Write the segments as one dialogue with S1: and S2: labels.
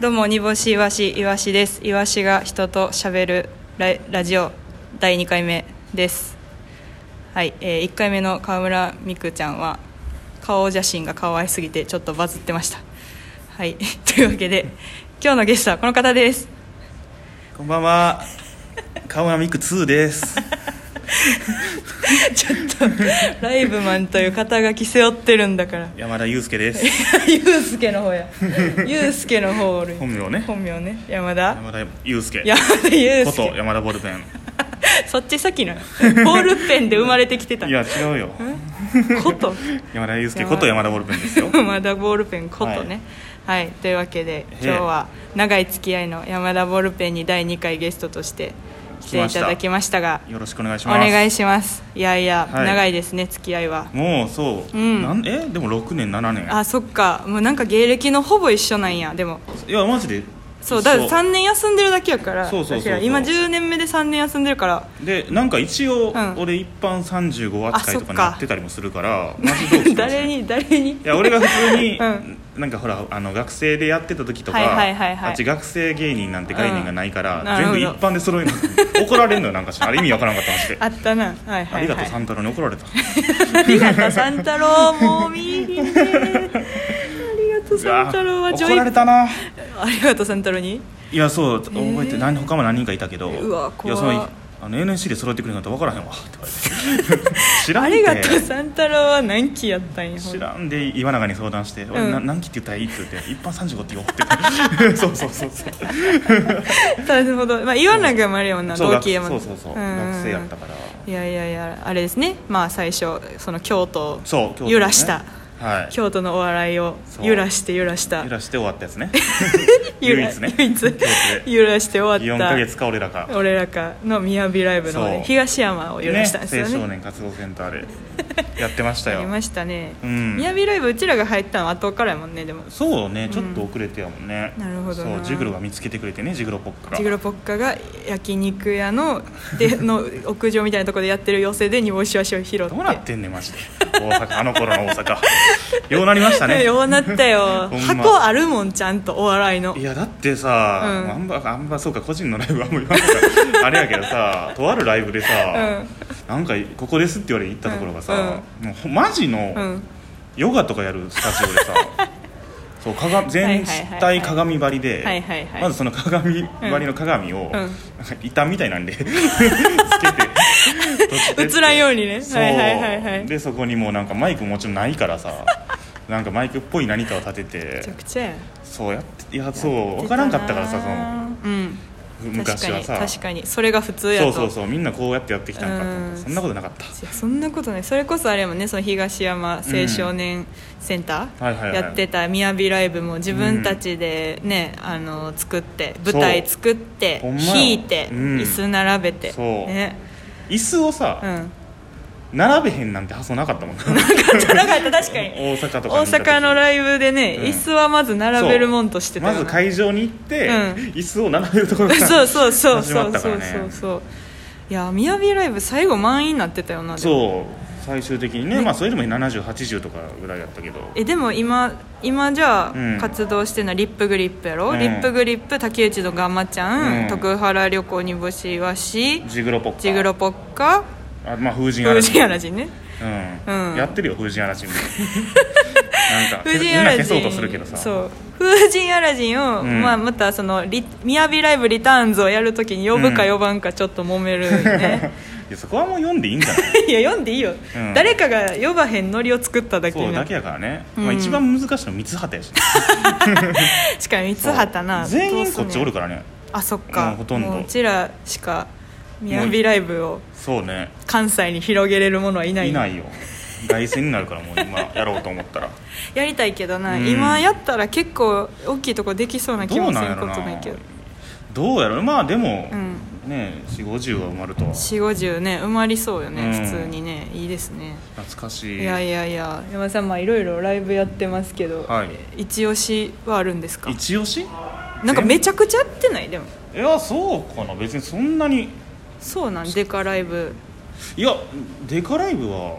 S1: どうも煮干しいわしいわしですいわしが人と喋るララジオ第2回目ですはい、え1回目の川村美空ちゃんは顔写真が可愛すぎてちょっとバズってましたはい というわけで今日のゲストはこの方 です
S2: こんばんは。川村ミク2です。
S1: ちょっとライブマンという肩書き背負ってるんだから
S2: 山田祐介です。
S1: ゆうすけの方やゆうすけの方おる
S2: 本名ね
S1: 本名ね山田
S2: 山田祐介。
S1: 山田ゆう
S2: こ
S1: す
S2: と
S1: け
S2: 山田ボールペ
S1: そっち先なのボールペンで生まれてきてた
S2: ン。いや違うよ。
S1: こと
S2: 山田祐介こと山田ボールペンです よ。
S1: 山田ボールペンことねはい、というわけで
S2: え
S1: 今日は長い付き合いの山田ボールペンに第2回ゲストとして来ていただきましたが
S2: よろしくお願いし
S1: お
S2: ます。
S1: 願いしますいやいや、
S2: はい
S1: 長いですね付き合いは
S2: もうそう。
S1: うん
S2: なんえでも6年7年。
S1: あそっかもうなんか芸歴のほぼ一緒なんやでも
S2: いやマジで。
S1: そうだから3年休んでるだけやから
S2: そうそうそうそ
S1: 私
S2: う
S1: ら今10年目で3年休んでるから
S2: でなんか一応、
S1: うん
S2: 俺一般35扱いと
S1: あそ
S2: か
S1: っか
S2: なってたりもするからマジ同期かもし れ
S1: 誰
S2: んい
S1: に誰に
S2: や俺が普通 に、
S1: うん
S2: なんかほらあの学生でやってた時とか、
S1: はいはいはいはい
S2: あっち学生芸人なんて概念がないから、
S1: うんなるほど
S2: 全部一般で揃える の怒られんのよなんかしあれ意味わからんかった話で
S1: あったなはいはい、はい、
S2: ありがとう三太郎に 怒られた
S1: ありがとう三太郎もう見えへんねありがとう三太郎は
S2: うわ怒られたな
S1: ありがとう三太郎に
S2: いやそう覚えて何他も何人かいたけど
S1: うわ怖
S2: いやそのあの NSC で揃えてくれなかったら分からへんわって言わ れて知ら
S1: あ
S2: ん
S1: り
S2: て
S1: がとう三太郎は何期やったんや
S2: 知らんで岩永に相談して「俺、な
S1: うん
S2: 何期って言ったらいい?」って言って「一般35って言おう」って 言ってそうそうそうそう
S1: なるほど、まあ、岩永もあれやもんな
S2: そう
S1: 同期や
S2: 学
S1: もん
S2: そうそうそう、学生やったから
S1: いやいやいやあれですねまあ最初その京都
S2: そう京都のね
S1: 揺らした
S2: はい
S1: 京都のお笑いを
S2: そう
S1: 揺らして揺らした
S2: 揺らして終わったやつね
S1: 揺ら
S2: 唯一ね
S1: 唯一
S2: 京都で
S1: 揺らして終わ
S2: 4
S1: っ
S2: か
S1: た
S2: 月か俺らか
S1: 俺らかの雅ライブの、
S2: そ
S1: ね
S2: う、
S1: 東山を揺らしたんですよ
S2: ね青少
S1: ね
S2: 年活動センター でやってました
S1: や
S2: よ
S1: りましたね、
S2: うん
S1: 雅ライブうちらが入ったのは後からやもんねでも
S2: そうねちょっと遅れてやもんね、
S1: うんなるほどな
S2: そうジグロが見つけてくれてねジグロポックが
S1: ジグロポッカが焼肉屋の での屋上みたいなところでやってる寄せで煮干しわしを拾って
S2: どうなってんねんマジで大阪あの頃の大阪ようなりまし たね
S1: ようなったよ、
S2: ほんま
S1: 箱あるもんちゃんとお笑いの
S2: いやだってさ、
S1: うん
S2: あんまあんまそうか個人のライブはあんまり言わんからあれやけどさとあるライブでさ、なんかここですって言われに行ったところがさ、もうほマジの、
S1: うん
S2: ヨガとかやるスタジオ でさそうかが全体鏡張りで
S1: はいはいはい
S2: まずその鏡張りの鏡を、
S1: ん
S2: なんか板みたいなん でつけて閉じてって
S1: 映らんようにね
S2: そう、
S1: はいはいはいはい
S2: でそこにもうなんかマイクもちろんないからさなんかマイクっぽい何かを立て
S1: めちゃ
S2: て
S1: くちゃや
S2: そうやっていやそう分からんかったからさその
S1: うん確
S2: 昔
S1: か
S2: は
S1: に
S2: さ
S1: 確かにそれが普通や
S2: そ
S1: と
S2: うそうそうみんなこうやってやってきたんかと思っ
S1: うん
S2: てそんなことなかった
S1: いやそんなことないそれこそあれもんねその東山青少年センタ
S2: うんはいはい
S1: ー
S2: はい
S1: やってた「みやびライブ」も自分たちでね、あの作って舞台作って
S2: ほんまよ
S1: 弾いて、
S2: うん
S1: 椅子並べて
S2: そう
S1: ね
S2: 椅子をさ、
S1: うん、
S2: 並べへんなんて発想なかったも んな大
S1: なかった確かに
S2: 阪とか
S1: 大
S2: に行った時
S1: 阪のライブでね、
S2: うん
S1: 椅子はまず並べるもんとしてた
S2: ま
S1: よな
S2: ず会場に行って、
S1: うん
S2: 椅子を並べるところか ら
S1: そうそうそう
S2: 始
S1: そ
S2: ま
S1: う
S2: ったか
S1: そ
S2: ら
S1: う
S2: ね
S1: そうそういやみやびライブ最後満員になってたよなでも
S2: そう最終的にねまあそれでも7080とかぐらいやったけど
S1: えでも今今じゃ
S2: う
S1: あ
S2: ん
S1: 活動してるのはリップグリップやろ、
S2: うん
S1: リップグリップ竹内のガンマちゃん、
S2: うん
S1: 徳原旅行煮干しわし
S2: ジグロポッカ
S1: ジグロポッカ
S2: あまあ風神
S1: 風
S2: アラジ
S1: 神アラジンね
S2: うん
S1: うん
S2: やってるよ風神アラジンも なんか
S1: 風
S2: み
S1: 神
S2: ん
S1: アラ
S2: な消
S1: ジ
S2: そ
S1: ン
S2: うとするけどさ
S1: そう風神アラジンを、
S2: うん
S1: まあ、またそのリ「みやびライブリターンズ」をやるときに呼ぶか
S2: うん
S1: 呼ばんかちょっと揉めるよ ね、
S2: いやそこはもう読んでいいんじゃ ない
S1: いや読んでいいよ、
S2: うん
S1: 誰かが呼ばへんノリを作っただけ
S2: そう
S1: にな
S2: だ
S1: る
S2: けやからね、
S1: うん
S2: まあ、一番難しいのは三畑やし、ね、
S1: しかも三つ畑な
S2: 全員
S1: ど
S2: こ
S1: うす
S2: っ
S1: ん
S2: ち
S1: ねん
S2: おるからね
S1: あそっか
S2: うんほとんど
S1: もううちらしかみやびライブを
S2: そうね
S1: 関西に広げれるものはいない
S2: いないよ凱旋になるからもう今やろうと思ったら
S1: やりたいけどな、
S2: うん
S1: 今やったら結構大きいとこできそうな気
S2: どう
S1: もす
S2: なんや
S1: る
S2: ろ
S1: こと
S2: な
S1: ないけど
S2: どうやろまあでも、
S1: うん
S2: ね4 5 0は埋まるとは
S1: 4 5 0ね埋まりそうよね、
S2: うん
S1: 普通にねいいですね
S2: 懐かしい
S1: いやいやいや山田さんまあいろいろライブやってますけど、
S2: はい
S1: 一押しはあるんですか
S2: 一押し
S1: なんかめちゃくちゃやってないでも
S2: いやそうかな別にそんなに
S1: そうなんデカライブ
S2: いやデカライブは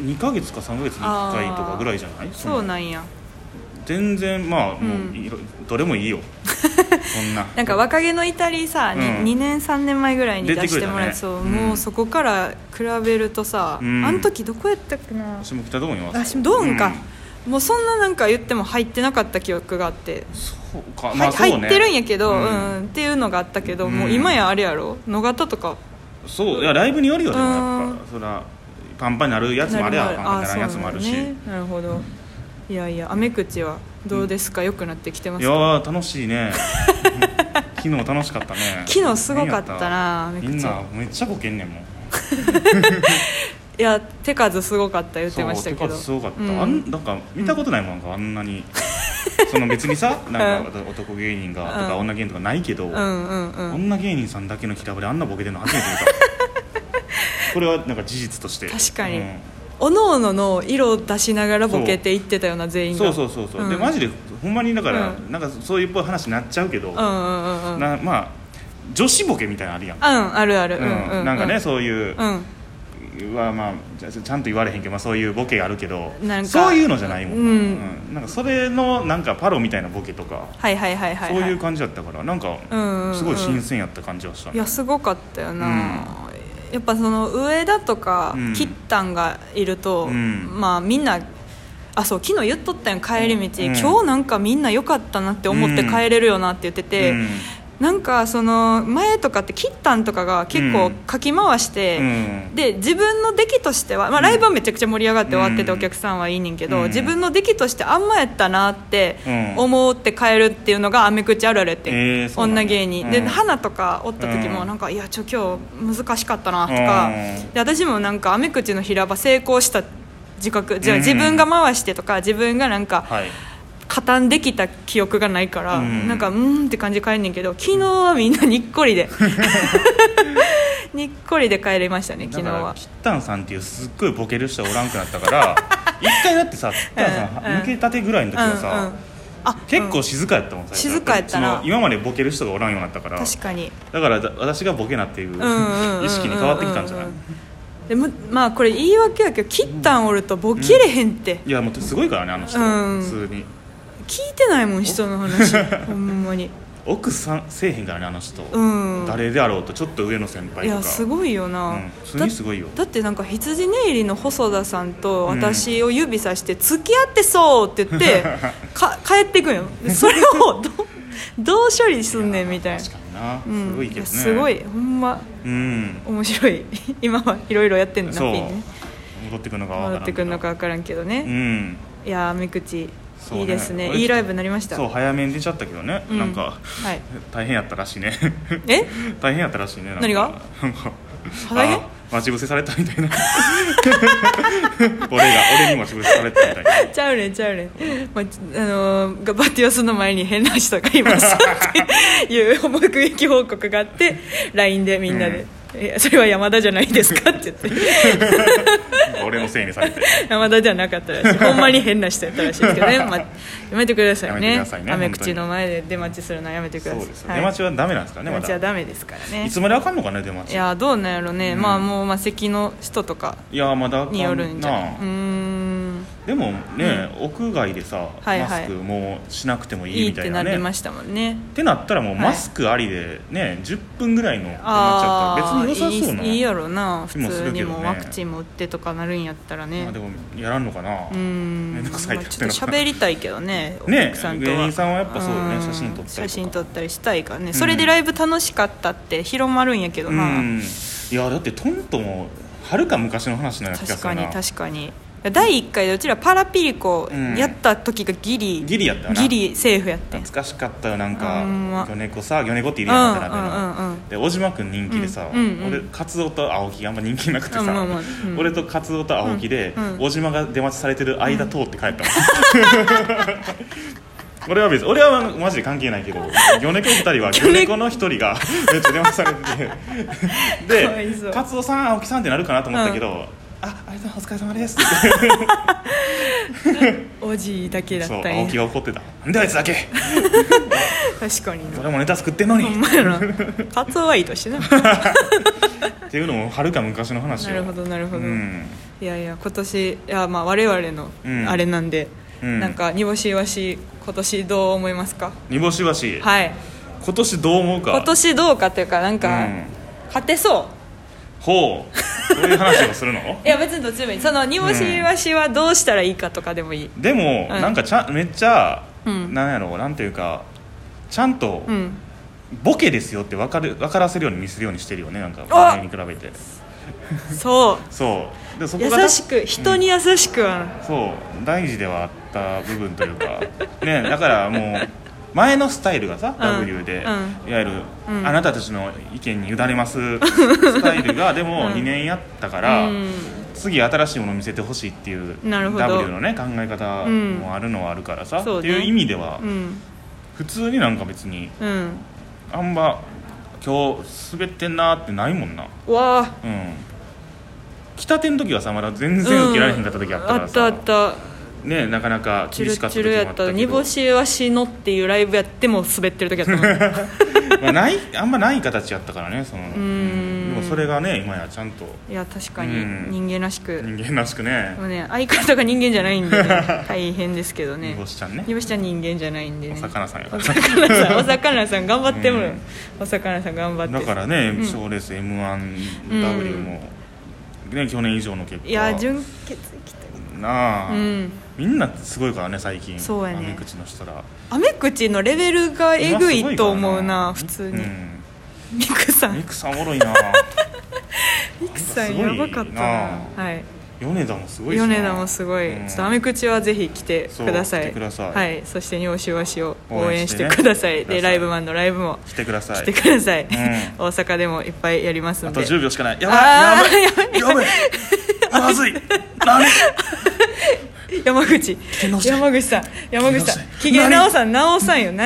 S2: 2ヶ月か3ヶ月に1回とかぐらいじゃない
S1: そう
S2: の
S1: なんや
S2: 全然まあもう、
S1: うん
S2: いろどれもいいよそんな
S1: なんか若気の至りさ、に
S2: う
S1: 2
S2: ん
S1: 年3年前ぐらいに
S2: 出て
S1: 出
S2: く
S1: し
S2: れ
S1: て
S2: た
S1: も
S2: ね
S1: らってそう、
S2: うん
S1: もうそこから比べるとさ、
S2: うん
S1: あの時どこやったっけな
S2: 下北ドームいます
S1: 私ドームか、もうそんななんか言っても入ってなかった記憶があって、
S2: そうか、
S1: は
S2: まあそうね、
S1: 入ってるんやけど、
S2: う
S1: うんんっていうのがあったけど、
S2: うん
S1: もう今やあれやろ野方とか
S2: そういやライブによるよね
S1: うん
S2: やっぱそらパンパンになるやつもあれや
S1: る
S2: パンパンにならんやつもあるし、
S1: そうなんやねなるほどいやいや雨口はどうですか、良くなってきてま
S2: い
S1: す
S2: や
S1: か
S2: ー楽しいね 昨日楽しかったね
S1: 昨日すごかったな
S2: み
S1: めくちゃ
S2: んなめっちゃボケんねんもん
S1: いや手数すごかった言ってましたけ
S2: そう
S1: ど
S2: てかすごかった、
S1: うん
S2: あんなんか見たことないもんなんかあんなにその別にさなんか男芸人がとか
S1: うん
S2: 女芸人とかないけ
S1: う
S2: ど、
S1: んうんうん
S2: 女芸人さんだけのキラブであんなボケてるの初めて見た これはなんか事実として
S1: 確かに
S2: うん
S1: おのおのの色を出しながらボケていってたような全員が
S2: そうそうそうそう、
S1: ん
S2: でマジでほんまにだから、
S1: う
S2: なんかそういうっぽい話になっちゃうけど、
S1: うんうんうんうんうん
S2: なまあ女子ボケみたいなのあるやん、
S1: あるある、
S2: う
S1: うんんうんうん、
S2: なんかねそういう
S1: う、ん
S2: はまあじゃちゃんと言われへんけど、まあ、そういうボケがあるけど
S1: なんか
S2: そういうのじゃないもん、
S1: うん
S2: なんかそれのなんかパロみたいなボケとか、
S1: はいはいはいはい、は
S2: そういう感じだったからなんか
S1: うんうん
S2: すごい新鮮やった感じはした
S1: い
S2: ね、
S1: やすごかったよな、やっぱその上田とか
S2: うん
S1: キッタンがいると、
S2: うん
S1: まあみんなあそう昨日言っとったよ帰り道、
S2: うん
S1: 今日なんかみんな良かったなって思って帰れるよなって言ってて、
S2: うん
S1: なんかその前とかってキッタンとかが結構かき回して、
S2: うん
S1: で自分の出来としては、まあ、ライブはめちゃくちゃ盛り上がって終わってて
S2: うん
S1: お客さんはいいねんけど、
S2: うん
S1: 自分の出来としてあんまやったなって
S2: うん
S1: 思って帰るっていうのがアメ口あるあるやってん、
S2: えーそうなんや
S1: 女芸人、
S2: う
S1: で
S2: ん
S1: 花とかおった時も
S2: うん
S1: なんか、いやちょ今日難しかったなとか、
S2: うん
S1: で私もなんかアメ口の平場成功した自覚じゃあ
S2: うん
S1: 自分が回してとか自分がなんか、
S2: はい
S1: 加担できた記憶がないから、
S2: うん
S1: なんかうーんって感じで帰んねんけど昨日はみんなにっこ りで にっこりで帰れましたね
S2: だ
S1: 昨日
S2: から
S1: は
S2: キッタンさんっていうすっごいボケる人がおらんくなったから 一回だってさキッタンさん
S1: うんうん
S2: 抜けたてぐらいの時はさ、
S1: うんうんあ
S2: 結
S1: う
S2: 構
S1: ん
S2: 静かやったもん最初
S1: 静かやったな
S2: その今までボケる人がおらんようになったから
S1: 確かに
S2: だからだ私がボケなっていう
S1: うんうんうんうん
S2: 意識に変わってきたんじゃない、
S1: うんでもまあこれ言い訳やけど切ったんおるとボケれへんって、
S2: いやもうすごいからねあの人、
S1: うん
S2: 普通に
S1: 聞いてないもん人の 話ほんまに
S2: 奥さんせえへんからねあの人、
S1: うん
S2: 誰であろうとちょっと上の先輩とか
S1: いやすごいよな、
S2: うん普通にすごいよ
S1: だだってなんか羊ネイリの細田さんと
S2: うん
S1: 私を指さして「付き合ってそう」って言って か帰ってくんよでそれをどどう処理すんねんみたいな
S2: 確かにな、
S1: うん
S2: すごいけどね
S1: やすごいほんま
S2: うん
S1: 面白い今はいろいろやってんのな
S2: そう
S1: ピンね
S2: 戻ってくるのかわから
S1: 戻
S2: ん
S1: ってくるのか分からんけどね、
S2: うん
S1: いやー目口
S2: そうね
S1: いいですね
S2: 俺
S1: いいライブになりました
S2: そう早めに出ちゃったけどね、
S1: うん
S2: なんか
S1: はい
S2: 大変やったらしいね
S1: え
S2: 大変やったらしいねなんか
S1: 何が
S2: なんか
S1: 大変
S2: あ待ち伏せされたみたいな 俺が俺に待ち伏せされたみたい な
S1: ちゃうねんちゃうねん、まあ、あのー、バティオスの前に変な人がいましたっていう目撃報告があって LINE でみんなで、いやそれは山田じゃないですか?」って言って
S2: 俺のせいにされて
S1: 山田じゃなかったらしいほんまに変な人やったらしいですけど ね、まあ、やめてください
S2: やめて
S1: ね
S2: くださいね
S1: 雨口の前で出待ちするのはやめてくだ
S2: そ
S1: さい、
S2: うですよ、
S1: はい
S2: 出待ちはダメなんですからね
S1: 出
S2: ま
S1: 待ちは
S2: だ
S1: ダメですからね
S2: いつまであかんのかね出待ち
S1: いやどうなんやろね、
S2: うん
S1: まあもう魔石の人とか
S2: いやまだあかん
S1: によるんじゃない
S2: なあ
S1: うーん
S2: でもね、屋外でさ、
S1: はいはい
S2: マスクもうしなくてもいい
S1: いいっ
S2: みた
S1: て
S2: い
S1: な
S2: な
S1: っ
S2: ね
S1: てましたもんね
S2: ってなったらもう
S1: はい
S2: マスクありでね、10分ぐらいのになっちゃったら別に良さそうな
S1: あーいいいいやろな普
S2: 気もす
S1: 通
S2: る
S1: に
S2: けどね
S1: もうワクチンも打ってとかなるんやったらね
S2: まあ、でもやらんのかな、
S1: うーん
S2: めんどくさい
S1: ま
S2: っ
S1: あ
S2: て
S1: ち
S2: 言
S1: ょっ
S2: っ
S1: と
S2: てたら
S1: 喋りたいけどねお
S2: ね
S1: 客さんとは
S2: 芸人さんはやっぱそうよね
S1: ん
S2: 写真撮ったりとか
S1: 写真撮ったりしたいからねそれでライブ楽しかったって広まるんやけど
S2: う
S1: なん
S2: いやだってトントもはるか昔の話のような気が
S1: 確
S2: する
S1: か
S2: な
S1: に確かに第1回でうちらパラピリコ
S2: うん
S1: やった時がギリ
S2: ギリやったよな
S1: ギリセーフやってん
S2: 懐かしかったよな
S1: あ
S2: ん
S1: ん
S2: か
S1: ま
S2: 魚猫さ魚猫っている
S1: う
S2: や
S1: ん
S2: ん渡辺の
S1: うんうんうん
S2: で小島君人気でさ、
S1: うんうんうん
S2: 俺カツオと青木があんま人気なくてさ、
S1: うんまあまあうん
S2: 俺とカツオと青木で、
S1: うんうん
S2: 小島が出待ちされてる間通って帰ったもん、 俺は別に俺はマジで関係ない けど魚猫2人は魚猫の1人がめっちゃ出待ちさ れてて
S1: かわい
S2: で
S1: そう
S2: カツオさん青木さんってなるかなと思ったけど、あありがとうございますお疲れ様ですって
S1: おじいだけだっ
S2: そう
S1: たん
S2: 青
S1: や
S2: 木が怒ってたなんであいつだけ
S1: 確かにな
S2: 俺もネタ作ってんのに
S1: ほんまやなカツオはいいとしてな
S2: っていうのもはるか昔の話よ
S1: なるほどなるほど
S2: うん
S1: いやいや今年いやまあ我々の
S2: うん
S1: あれなんで、
S2: うん
S1: なんか煮干しいわし今年どう思いますか
S2: 煮干しわし、
S1: はい
S2: 今年どう思うか
S1: 今年どうかというかなんか、
S2: うん
S1: 勝てそう
S2: ほうそういう話をす るの
S1: いや別にどっちでもいいその煮干しいわしはどうしたらいいかとかでもいい
S2: でも、
S1: うん
S2: なんかちゃんめっちゃ、
S1: うん
S2: なんやろうなんていうかちゃんと
S1: うん
S2: ボケですよって分かる分からせるように見せるようにしてるよねなんか
S1: あ
S2: 前に比べて
S1: そう
S2: そうでそこが
S1: 優しく人に優しくはな
S2: そう大事ではあった部分という かねだからもう前のスタイルがさ、
S1: ん
S2: W で、
S1: う
S2: いわゆる、
S1: うん
S2: あなたたちの意見に委ねますスタイルがでも
S1: うん
S2: 2年やったから、
S1: うん
S2: 次新しいものを見せてほしいっていう
S1: なるほど
S2: W のね考え方もあるのはあるからさ、
S1: そうね
S2: っていう意味では、
S1: うん
S2: 普通になんか別に
S1: うん
S2: あんま今日滑ってんなーってないもんな
S1: うわあ
S2: うん北手の時はさまだ全然受けられへんかった時あったか
S1: あ
S2: ら
S1: った
S2: さ、
S1: あった
S2: ねなかなか
S1: チュ
S2: 厳
S1: ル
S2: し
S1: チ
S2: かった
S1: ュ
S2: 時
S1: ル
S2: もあ
S1: や
S2: っ
S1: ったた
S2: け
S1: 煮
S2: ど
S1: 干しわしのっていうライブやっても滑ってる時や ったな
S2: まあないあんまない形やったからねその
S1: ん
S2: でもそれがね今やちゃんと
S1: いや確かに
S2: うん
S1: 人間らしく、
S2: 人間らしくね
S1: でもね相方が人間じゃないんで、ね、 大変ですけどね
S2: 煮干しちゃんね
S1: 煮干しちゃん人間じゃないんでね
S2: お魚さんやか
S1: お
S2: ら
S1: 魚 さんお魚さん頑張ってもらう
S2: うん
S1: お魚さん頑張って
S2: だからね賞、レース m
S1: うん
S2: 1 w も、ね、去年以上の結果
S1: いや純潔きた
S2: なあ、
S1: うん
S2: みんなすごいからね最近
S1: そうやね
S2: あみ口の人ら
S1: アメ口のレベルがえぐいと思うな
S2: 今
S1: 普
S2: すご
S1: 通に
S2: いからうん
S1: ミクさん
S2: ミ
S1: ミ
S2: クさんおもろいな
S1: クさん
S2: すごい
S1: やばかったな
S2: な
S1: はい
S2: 米田もすごいしな
S1: 米田もすごい、
S2: うん
S1: ちょっとアメ口はぜひ来てくださ
S2: そう来て
S1: い
S2: ください
S1: はい、そして日本酒和紙を応
S2: 応
S1: 援
S2: 援
S1: し
S2: しててね
S1: くださいで
S2: ください
S1: ライブマンのライブも
S2: 来てくださ
S1: 来て
S2: い
S1: ください、
S2: ん
S1: 大阪でもいっぱいやります
S2: あ
S1: ん
S2: と
S1: で
S2: 10秒しかないや
S1: あ
S2: ばいやばいやばいまずいダメ
S1: 山口
S2: 直したい
S1: 山口さん山口さん
S2: 機
S1: 機
S2: 嫌
S1: 嫌
S2: 直
S1: 直
S2: した
S1: さん直さんよ何